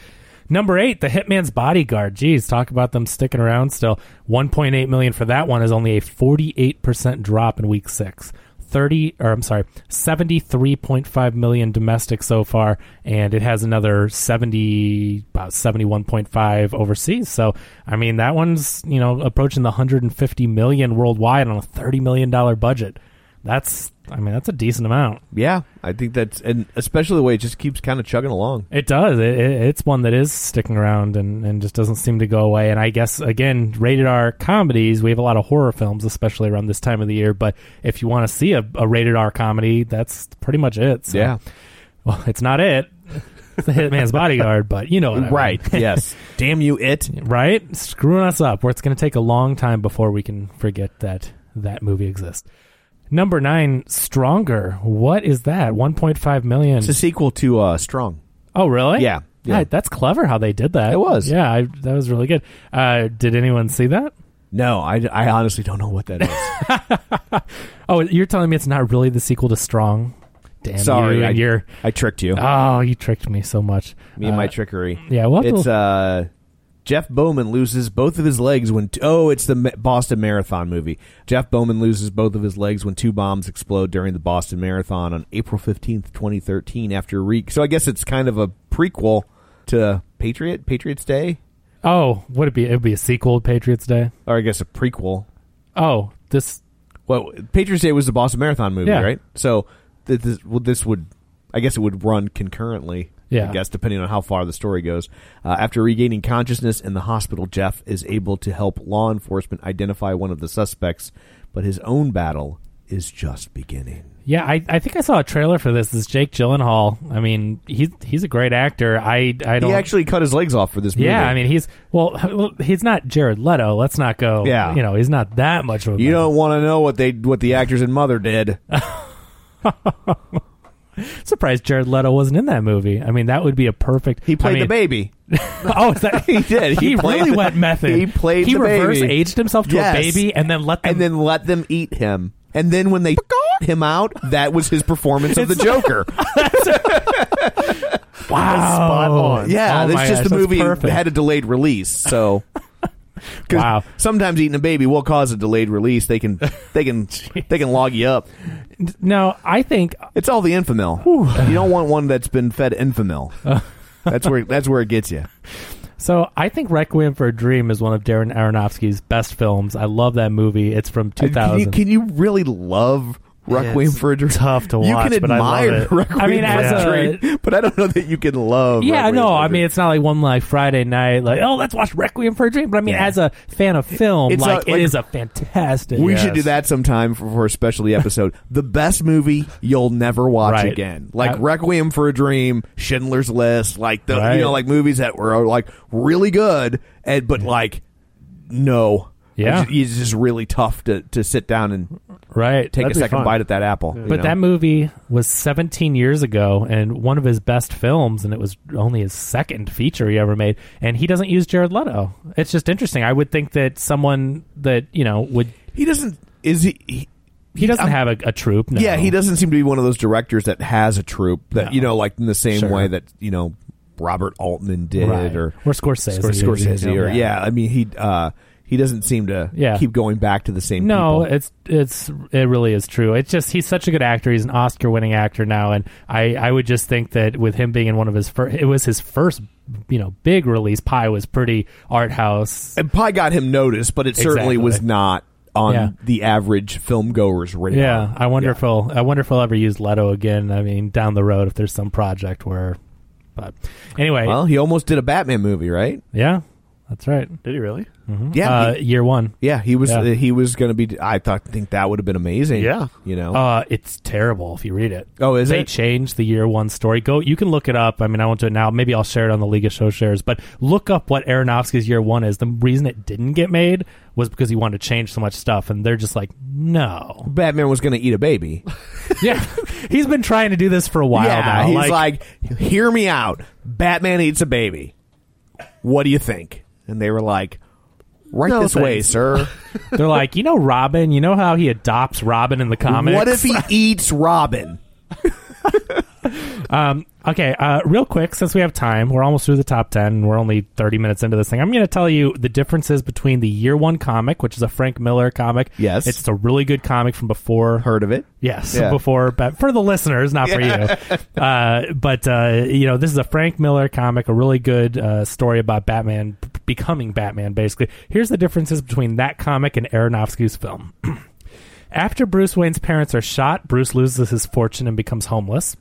B: Number eight, The Hitman's Bodyguard. Geez, talk about them sticking around still. One point eight million for that one is only a forty-eight percent drop in week six. Thirty, or I'm sorry, seventy-three point five million domestic so far, and it has another seventy, about seventy-one point five overseas. So I mean, that one's you know approaching the hundred and fifty million worldwide on a thirty million dollar budget that's I mean that's a decent amount.
A: Yeah, I think that's and especially the way it just keeps kind of chugging along.
B: It does. It, it, it's one that is sticking around and, and just doesn't seem to go away. And I guess again, rated R comedies. We have a lot of horror films, especially around this time of the year. But if you want to see a, a rated R comedy, that's pretty much it. So,
A: Yeah.
B: Well, it's not it. It's the Hitman's Bodyguard, but you know what I mean.
A: Right. yes. Damn you! It.
B: right? Screwing us up. Where it's going to take a long time before we can forget that that movie exists. Number nine, Stronger. What is that? One point five million.
A: It's a sequel to uh, Strong.
B: Oh, really?
A: Yeah, yeah.
B: That- that's clever how they did that.
A: It was.
B: Yeah, I, that was really good. Uh, did anyone see that?
A: No, I, I honestly don't know what that is.
B: Oh, you're telling me it's not really the sequel to Strong? Damn
A: Sorry,
B: you.
A: I-
B: and you're,
A: I tricked you.
B: oh, you tricked me so much.
A: Me and my
B: Uh,
A: trickery.
B: yeah, we'll have to-
A: it's uh, Jeff Bowman loses both of his legs when t- oh, it's the Ma- Boston Marathon movie. Jeff Bowman loses both of his legs when two bombs explode during the Boston Marathon on April fifteenth, twenty thirteen. After a week, so I guess it's kind of a prequel to Patriot Patriots Day,
B: Oh, would it be? It would be a sequel to Patriots Day.
A: or I guess a prequel.
B: Oh, this.
A: Well, Patriots Day was the Boston Marathon movie,
B: Yeah.
A: right? So th- this, well, this would, I guess, it would run concurrently.
B: Yeah.
A: I guess depending on how far the story goes. Uh, after regaining consciousness in the hospital, Jeff is able to help law enforcement identify one of the suspects, but his own battle is just beginning.
B: Yeah, I, I think I saw a trailer for this. This is Jake Gyllenhaal. I mean, he's he's a great actor. I I don't.
A: He actually cut his legs off for this movie.
B: yeah, I mean, he's well, he's not Jared Leto. Let's not go.
A: Yeah.
B: you know, he's not that much of a.
A: you don't want to know what they what the actors and mother did.
B: surprised Jared Leto wasn't in that movie. I mean, that would be a perfect.
A: He played
B: I mean-
A: the baby.
B: Oh, is that,
A: He did.
B: He,
A: He played
B: really
A: the-
B: went method.
A: he played
B: He
A: the
B: reverse
A: baby.
B: aged himself to
A: Yes.
B: a baby and then let them.
A: and then let them eat him. And then when they him out, that was his performance of the Joker.
B: wow,
C: spot on.
A: Yeah,
B: Oh my
A: that's just the
B: gosh, that's
A: movie
B: perfect.
A: had a delayed release. So, 'Cause
B: Wow.
A: sometimes eating a baby will cause a delayed release. They can they can they can log you up.
B: no, I think
A: It's all the Infamil. You don't want one that's been fed Infamil. That's where that's where it gets you.
B: so. I think Requiem for a Dream is one of Darren Aronofsky's best films. I love that movie. It's from
A: Can
B: two
A: you,
B: thousand.
A: can you really love Requiem
C: it's
A: for a Dream.
C: tough to
A: You
C: watch,
A: can
C: but I love
A: admire
C: it.
A: Requiem
B: I mean,
A: for
B: as
A: a
B: a-
A: Dream, but I don't know that you can love.
B: Yeah,
A: Requiem
B: no,
A: for a
B: I
A: Dream.
B: mean it's not like one like Friday night, like oh let's watch Requiem for a Dream. But I mean,
A: Yeah.
B: as a fan of film,
A: It's
B: like,
A: a- like-
B: it is a fantastic.
A: We
B: Yes.
A: should do that sometime for, for a special episode. the best movie you'll never watch
B: Right.
A: again, like
B: I-
A: Requiem for a Dream, Schindler's List, like the
B: Right.
A: you know like movies that were like really good, and but like no,
B: Yeah.
A: it's, it's just really tough to to sit down and
B: right.
A: take
C: That'd
A: a
C: be
A: second
C: fun.
A: bite at that apple. you
B: but
A: know?
B: that movie was 17 years ago and one of his best films, and it was only his second feature he ever made. And he doesn't use Jared Leto. It's just interesting. I would think that someone that you know would
A: he doesn't is he. he
B: he doesn't
A: I'm-
B: have a, a troop. No.
A: Yeah, he doesn't seem to be one of those directors that has a troupe that
B: No.
A: you know, like in the same
B: Sure.
A: way that you know Robert Altman did,
B: Right.
A: or
B: Or Scorsese,
A: Scor-
B: or-
A: Scorsese,
B: you know,
A: or
B: yeah.
A: yeah. I mean, he uh, he doesn't seem to
B: Yeah.
A: keep going back to the same.
B: No,
A: people.
B: it's it's it really is true. It's just he's such a good actor. He's an Oscar-winning actor now, and I I would just think that with him being in one of his first, it was his first, you know, big release. Pie was pretty art house.
A: and Pie got him noticed, but it certainly
B: Exactly.
A: was not on
B: Yeah.
A: the average film goer's radar.
B: Yeah, I wonder
A: Yeah.
B: if he'll I wonder if he'll ever use Leto again. I mean, down the road if there's some project where, but anyway,
A: Well, he almost did a Batman movie, right?
B: yeah, that's right.
C: Did he really?
A: Yeah,
B: uh,
A: he-
B: year one.
A: yeah. He was
B: yeah.
A: uh, he was going to be. I thought think that would have been amazing.
C: Yeah.
A: you know.
B: Uh, it's terrible if you read it.
A: Oh, is
B: they
A: it?
B: changed the year one story. Go, you can look it up. I mean, I won't do it now. Maybe I'll share it on the League of Show Shares. But look up what Aronofsky's year one is. The reason it didn't get made was because he wanted to change so much stuff, and they're just like, no,
A: Batman was going to eat a baby.
B: yeah. he's been trying to do this for a while
A: yeah,
B: now.
A: He's like, hear me out. Batman eats a baby. What do you think? And they were like, right
C: No,
A: this way,
C: thanks.
A: sir.
B: they're like, you know, Robin. You know how he adopts Robin in the comics.
A: what if he eats Robin?
B: Okay, uh, real quick, since we have time, we're almost through the top 10. and We're only 30 minutes into this thing. I'm going to tell you the differences between the year one comic, which is a Frank Miller comic.
A: Yes.
B: It's a really good comic from before.
A: Heard of it?
B: Yes,
A: Yeah.
B: before, but for the listeners, not for you. Uh, but, uh, you know, this is a Frank Miller comic, a really good uh, story about Batman b- becoming Batman, basically. Here's the differences between that comic and Aronofsky's film. After Bruce Wayne's parents are shot, Bruce loses his fortune and becomes homeless.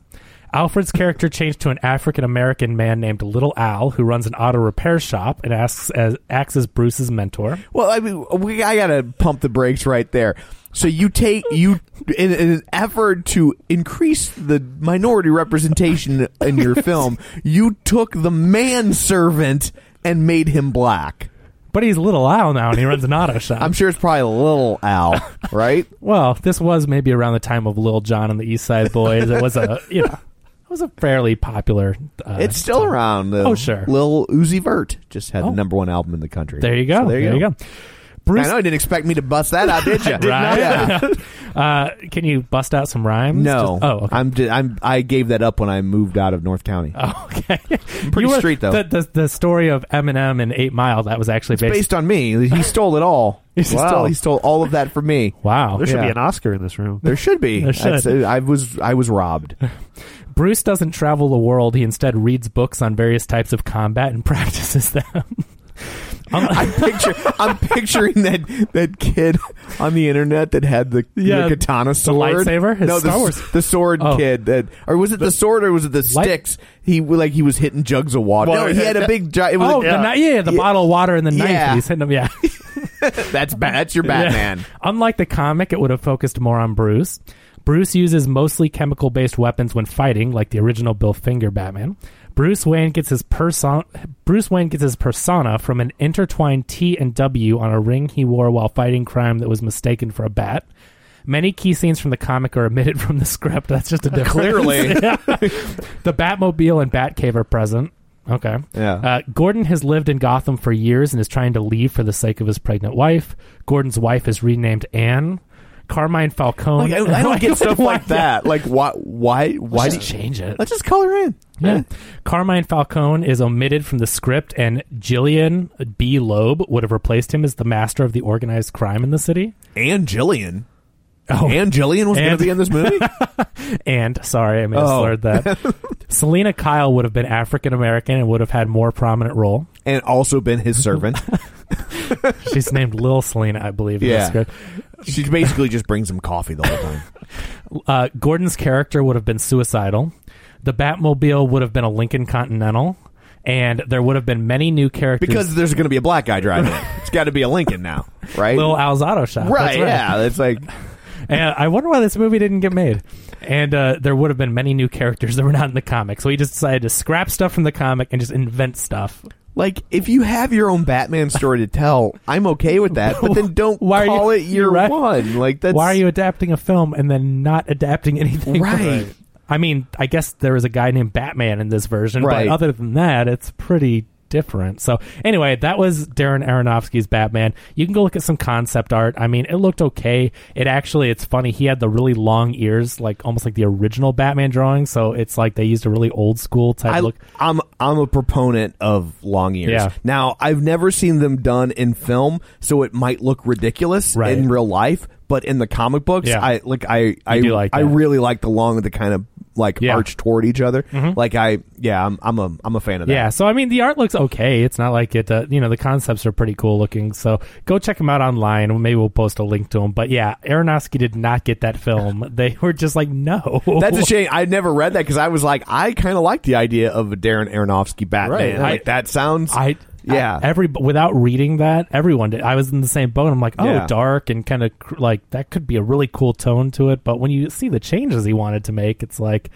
B: Alfred's character changed to an African American man named Little Al, who runs an auto repair shop and asks as, acts as Bruce's mentor.
A: Well, I mean, we, I gotta pump the brakes right there. So you take you in, in an effort to increase the minority representation in your film, you took the manservant and made him black.
B: But he's Little Al now, and he runs an auto shop.
A: I'm sure it's probably a little Al, right?
B: Well, this was maybe around the time of Lil Jon and the East Side Boys. It was a you know, it was a fairly popular. Uh,
A: It's still around. Uh,
B: Oh, sure.
A: Lil Uzi Vert just had
B: Oh.
A: the number one album in the country.
B: There you go.
A: So
B: there, you go.
A: I
B: Bruce,
A: know you didn't expect me to bust that out, did you?
B: Right.
A: Yeah.
B: uh, can you bust out some rhymes?
A: No.
B: Just- oh, okay.
A: I'm, di- I'm. I gave that up when I moved out of North County.
B: Oh, okay.
A: pretty
B: You were-
A: straight, though.
B: The, the, the story of Eminem and Eight Mile that was actually based.
A: Based on me, he stole it all.
B: He
A: He stole.
B: stole-
A: He stole all of that from me.
B: wow.
C: There should
A: Yeah.
C: be an Oscar in this room.
A: There should be.
B: There should.
A: That's- uh, I was. I was robbed.
B: Bruce doesn't travel the world. He instead reads books on various types of combat and practices them.
A: I picture. I'm picturing that that kid on the internet that had the,
B: Yeah,
A: the katana
B: the
A: sword,
B: lightsaber? It's
A: No, the,
B: Star
A: s-
B: Wars.
A: the sword
B: Oh.
A: kid that, or was it the, sword or was it the
B: Light-
A: sticks? He w- like he was hitting jugs of water.
C: Well,
A: no, he had a big. gi- It was
B: oh,
A: a,
B: the, ni- yeah, the bottle of water and the knife.
A: Yeah.
B: He's hitting him. Yeah.
A: that's bad. That's your Batman.
B: Yeah. Unlike the comic, it would have focused more on Bruce. Bruce uses mostly chemical based weapons when fighting, like the original Bill Finger Batman. Bruce Wayne gets his person Bruce Wayne gets his persona from an intertwined T and W on a ring he wore while fighting crime that was mistaken for a bat. Many key scenes from the comic are omitted from the script. That's just a difference.
A: Clearly.
B: Yeah. the Batmobile and Batcave are present. Okay.
A: Yeah.
B: Uh, Gordon has lived in Gotham for years and is trying to leave for the sake of his pregnant wife. Gordon's wife is renamed Anne. Carmine Falcone.
A: Like, I, I don't get stuff
B: Why-
A: like that. Like why? Why? Why
B: Let's
A: do-
B: just change it.
A: Let's just color in.
B: Yeah. Carmine Falcone is omitted from the script, and Jillian B. Loeb would have replaced him as the master of the organized crime in the city.
A: And Jillian.
B: Oh.
A: And Jillian was going to
B: And-
A: be in this movie.
B: And sorry, I may have
A: Oh.
B: slurred that. Selena Kyle would have been African American and would have had more prominent role.
A: and also been his servant.
B: She's named Lil Selena, I believe. In
A: Yeah.
B: the script.
A: She basically just brings him coffee the whole time.
B: Uh, Gordon's character would have been suicidal. The Batmobile would have been a Lincoln Continental, and there would have been many new characters.
A: Because there's going to be a black guy driving it. It's got to be a Lincoln now, right?
B: Little Al's Auto Shop,
A: right,
B: that's
A: yeah. It's like
B: and I wonder why this movie didn't get made. And uh, there would have been many new characters that were not in the comic, so he just decided to scrap stuff from the comic and just invent stuff.
A: like if you have your own Batman story to tell, I'm okay with that. But then don't
B: Why are you-
A: call it your
B: you're right.
A: one. Like that's
B: Why are you adapting a film and then not adapting anything?
A: Right.
B: from it? I mean, I guess there is a guy named Batman in this version,
A: Right.
B: but other than that, it's pretty different. So, anyway, that was Darren Aronofsky's Batman. You can go look at some concept art. I mean, it looked okay. It actually, it's funny. He had the really long ears, like almost like the original Batman drawing. So it's like they used a really old school type
A: I,
B: look.
A: I'm I'm a proponent of long ears.
B: Yeah.
A: Now I've never seen them done in film, so it might look ridiculous
B: Right.
A: in real life. But in the comic books,
B: Yeah.
A: I like I I,
B: do like
A: I
B: that.
A: really like the long the kind of like
B: Yeah. Mm-hmm.
A: arch toward each other. Like I yeah I'm I'm a I'm a fan of that.
B: Yeah, so I mean, the art looks okay. It's not like it, uh, you know, the concepts are pretty cool looking. So go check them out online. Maybe we'll post a link to them. But yeah, Aronofsky did not get that film. They were just like, no.
A: That's a shame. I never read that because I was like, I kind of like the idea of a Darren Aronofsky Batman.
B: Right.
A: Like
B: I-
A: that sounds.
B: I
A: Yeah.
B: I- every without reading that, everyone did. I was in the same boat. I'm like, oh,
A: Yeah.
B: dark and kind of cr- like that could be a really cool tone to it. But when you see the changes he wanted to make, it's like,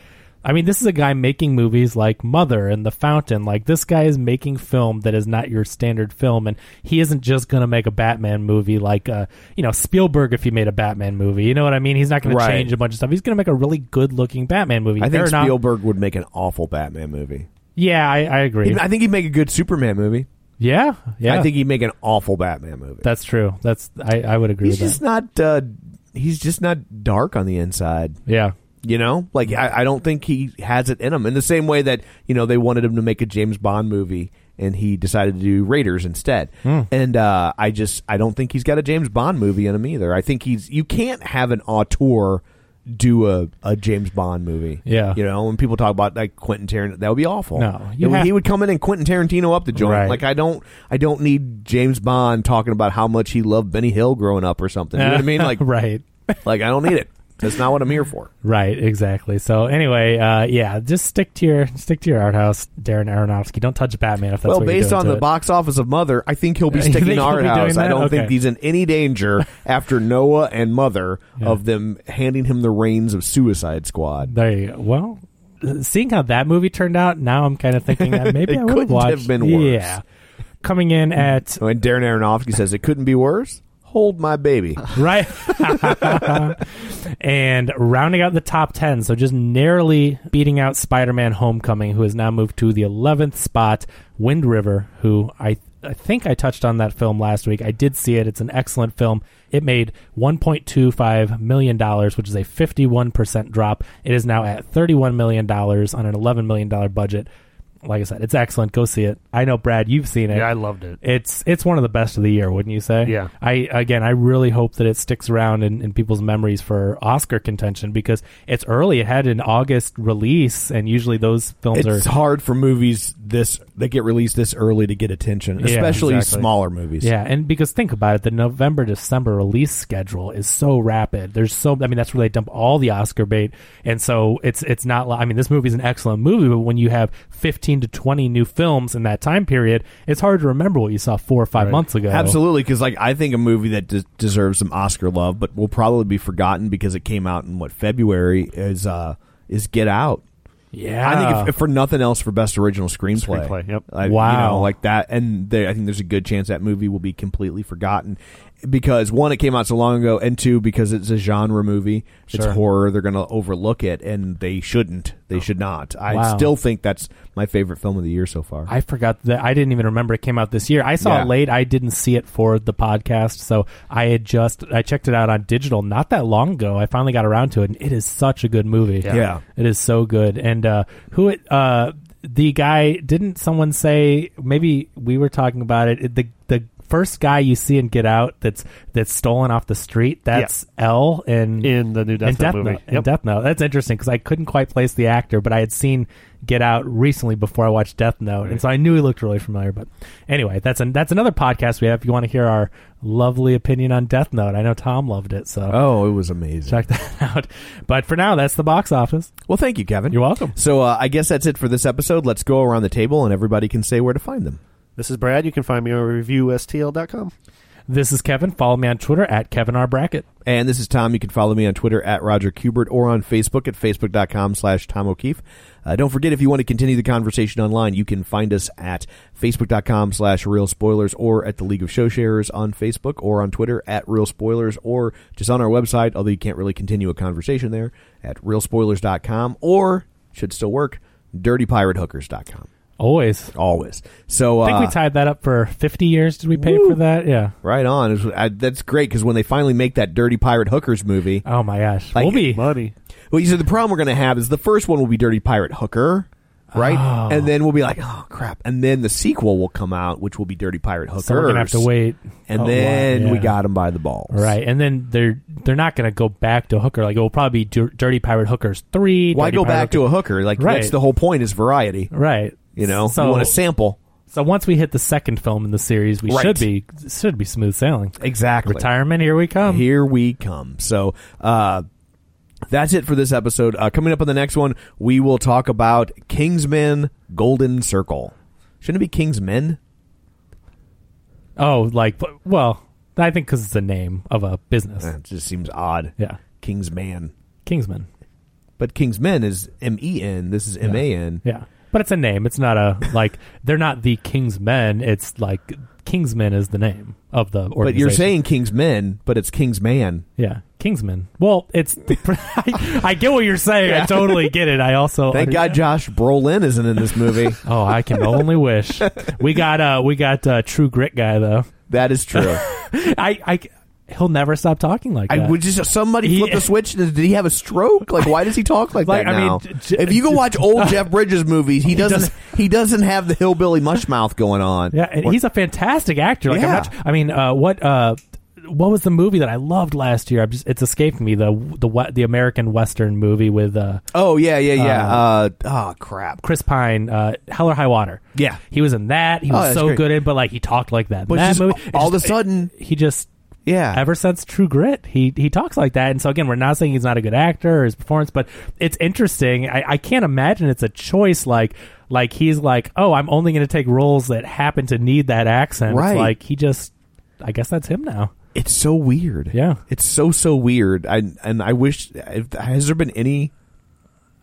B: I mean, this is a guy making movies like Mother and The Fountain. Like this guy is making film that is not your standard film, and he isn't just going to make a Batman movie like uh, you know Spielberg if he made a Batman movie. You know what I mean? He's not going
A: Right.
B: to change a bunch of stuff. He's going to make a really good looking Batman movie.
A: I think
B: They're not-
A: Spielberg would make an awful Batman movie.
B: yeah, I, I agree.
A: He'd- I think he'd make a good Superman movie.
B: yeah, yeah.
A: I think he'd make an awful Batman movie.
B: That's true. That's I, I would agree
A: he's
B: with
A: just not. Uh, he's just not dark on the inside.
B: that. Yeah.
A: You know, like I, I don't think he has it in him. In the same way that you know they wanted him to make a James Bond movie, and he decided to do Raiders instead.
B: Hmm.
A: And uh, I just I don't think he's got a James Bond movie in him either. I think he's you can't have an auteur do a, a James Bond movie.
B: Yeah.
A: you know, when people talk about like Quentin Tarantino, that would be awful.
B: No,
A: It
B: you
A: would-
B: have-
A: he would come in and Quentin Tarantino up the joint.
B: Right.
A: Like I don't I don't need James Bond talking about how much he loved Benny Hill growing up or something. You know what I mean? Like
B: right.
A: like I don't need it. That's not what I'm here for.
B: Right, exactly. So anyway, uh, yeah, just stick to your stick to your art house, Darren Aronofsky. Don't touch Batman if that's
A: well,
B: what you're
A: based
B: doing
A: on
B: to
A: the
B: it.
A: box office of Mother, I think he'll be
B: You think
A: sticking to
B: he'll
A: Art
B: be doing
A: House. I
B: that?
A: don't think
B: Okay.
A: he's in any danger after Noah and Mother of them handing him the reins of Suicide Squad.
B: There you go. Well, uh, seeing how that movie turned out, now I'm kind of thinking that maybe
A: It
B: I would
A: couldn't
B: watched.
A: have been worse.
B: Yeah, coming in at
A: When Darren Aronofsky says it couldn't be worse, hold my baby.
B: right and rounding out the top 10 so just narrowly beating out spider-man homecoming who has now moved to the 11th spot wind river who i I think I touched on that film last week. I did see it. It's an excellent film. It made $1.25 million, which is a 51% drop. It is now at $31 million on an $11 million budget. Like I said, it's excellent. Go see it. I know, Brad, you've seen it.
C: Yeah, I loved it.
B: It's it's one of the best of the year, wouldn't you say?
C: Yeah.
B: I again, I really hope that it sticks around in, in people's memories for Oscar contention because it's early. It had an August release, and usually those films
A: It's
B: are.
A: hard for movies this that get released this early to get attention, especially
B: exactly.
A: smaller movies.
B: Yeah, and because think about it, the November December release schedule is so rapid. There's so I mean that's where they dump all the Oscar bait, and so it's it's not. li- I mean this movie's an excellent movie, but when you have 15 to 20 new films in that time period, it's hard to remember what you saw four or five months ago.
A: Absolutely, because like I think a movie that des- deserves some Oscar love, but will probably be forgotten because it came out in what February is uh is Get Out.
B: Yeah,
A: I think if, if for nothing else for best original screenplay.
C: Screenplay, yep.
A: Like, You
B: Wow.
A: know, like that, and there, I think there's a good chance that movie will be completely forgotten because one, it came out so long ago, and two, because it's a genre movie, it's
B: Sure. Oh.
A: horror. They're going to overlook it, and they shouldn't. They should not. I
B: Wow.
A: still think that's my favorite film of the year so far.
B: I forgot that I didn't even remember it came out this year. I saw
A: Yeah.
B: it late. I didn't see it for the podcast, so I had just I checked it out on digital not that long ago. I finally got around to it, and it is such a good movie.
C: Yeah.
A: Yeah.
B: it is so good. And uh, who it uh, the guy didn't someone say maybe we were talking about it the the. first guy you see in Get Out that's that's stolen off the street. That's L in
C: In the new Death
B: in
C: Note movie.
B: in
C: Yep.
B: Death Note. That's interesting because I couldn't quite place the actor, but I had seen Get Out recently before I watched Death Note, and so I knew he looked really familiar. But anyway, that's an, that's another podcast we have. If you want to hear our lovely opinion on Death Note, I know Tom loved it, so
A: Oh, it was amazing.
B: check that out. But for now, that's the box office.
A: Well, thank you, Kevin.
B: You're welcome.
A: So uh, I guess that's it for this episode. Let's go around the table and everybody can say where to find them.
C: This is Brad. You can find me on reviewstl.com.
B: This is Kevin. Follow me on Twitter at Kevin R Brackett.
A: And this is Tom. You can follow me on Twitter at Roger Kubert or on Facebook at facebook.com slash Tom O'Keefe. Uh, don't forget, if you want to continue the conversation online, you can find us at facebook.com slash Real Spoilers or at the League of Show Sharers on Facebook or on Twitter at Real Spoilers or just on our website, although you can't really continue a conversation there, at realspoilers.com or, should still work, dirtypiratehookers.com.
B: Always.
A: Always. So,
B: I think
A: uh,
B: we tied that up for 50 years. Did we pay for that? Yeah.
A: Right on. It's- I- that's great because when they finally make that Dirty Pirate Hookers movie,
B: Oh my gosh.
A: Like,
B: we'll be.
C: Money.
A: well, you said the problem we're going to have is the first one will be Dirty Pirate Hooker, right? And then we'll be like, oh crap! And then the sequel will come out, which will be Dirty Pirate Hookers.
B: So we're gonna have to wait.
A: And
B: a while,
A: then we
B: yeah.
A: got him by the balls,
B: Right, and then they're they're not going to go back to hooker. Like it will probably be dir- Dirty Pirate Hookers three.
A: Why
B: Dirty
A: go
B: Pirate
A: back to a hooker? Like
B: Right.
A: that's the whole point is variety.
B: Hooker- right?
A: You know,
B: so
A: you want to sample
B: so once we hit the second film in the series, we
A: Right.
B: should be should be smooth sailing.
A: exactly.
B: Retirement, here we come.
A: Here we come. So, uh, that's it for this episode. Uh, coming up on the next one, we will talk about Kingsman Golden Circle. Shouldn't it be Kingsmen?
B: Oh, like but- well, I think because it's the name of a business.
A: That just seems odd.
B: Yeah,
A: Kingsman.
B: Kingsman.
A: But Kingsmen is M E N. This is M A N.
B: Yeah, but it's a name. It's not a like they're not the King's Men. It's like Kingsman is the name of the organization.
A: But you're saying Kingsmen, but it's Kingsman.
B: Yeah, Kingsman. Well, it's. I, I get what you're saying. I totally get it. I also
A: Thank God Josh Brolin isn't in this movie.
B: Oh, I can only wish. We got uh, we got uh, True Grit guy though.
A: that is true.
B: I, I, he'll never stop talking like
A: I
B: that.
A: would just somebody
B: He-
A: flip the switch. Did he have a stroke? Like, why does he talk like,
B: Like,
A: that
B: I mean,
A: now?
B: j-
A: if you go watch old Jeff Bridges movies, he doesn't.
B: doesn't-
A: He doesn't have the hillbilly mush mouth going on.
B: yeah, and
A: Or-
B: he's a fantastic actor. Like,
A: Yeah.
B: I'm not, I mean, uh, what uh, what was the movie that I loved last year? I'm just it's escaped me the the we- the American Western movie with uh,
A: oh yeah, yeah, yeah.
B: Uh,
A: Uh, oh crap.
B: Chris Pine, uh, Hell or High Water.
A: Yeah.
B: he was in that. He
A: Oh,
B: was
A: that's
B: so
A: great.
B: good in, but like he talked like that. in
A: But
B: that
A: just
B: movie, It
A: all
B: just-
A: of a sudden-
B: it- he just
A: Yeah.
B: ever since True Grit. He he talks like that, and so again, we're not saying he's not a good actor or his performance, but it's interesting. I, I can't imagine it's a choice like like he's like, oh, I'm only going to take roles that happen to need that accent.
A: Right.
B: It's like he just, I guess that's him now.
A: It's so weird.
B: Yeah.
A: It's so so weird. I and I wish. Has there been any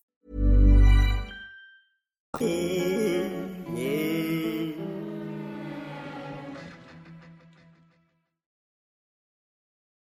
C: Thank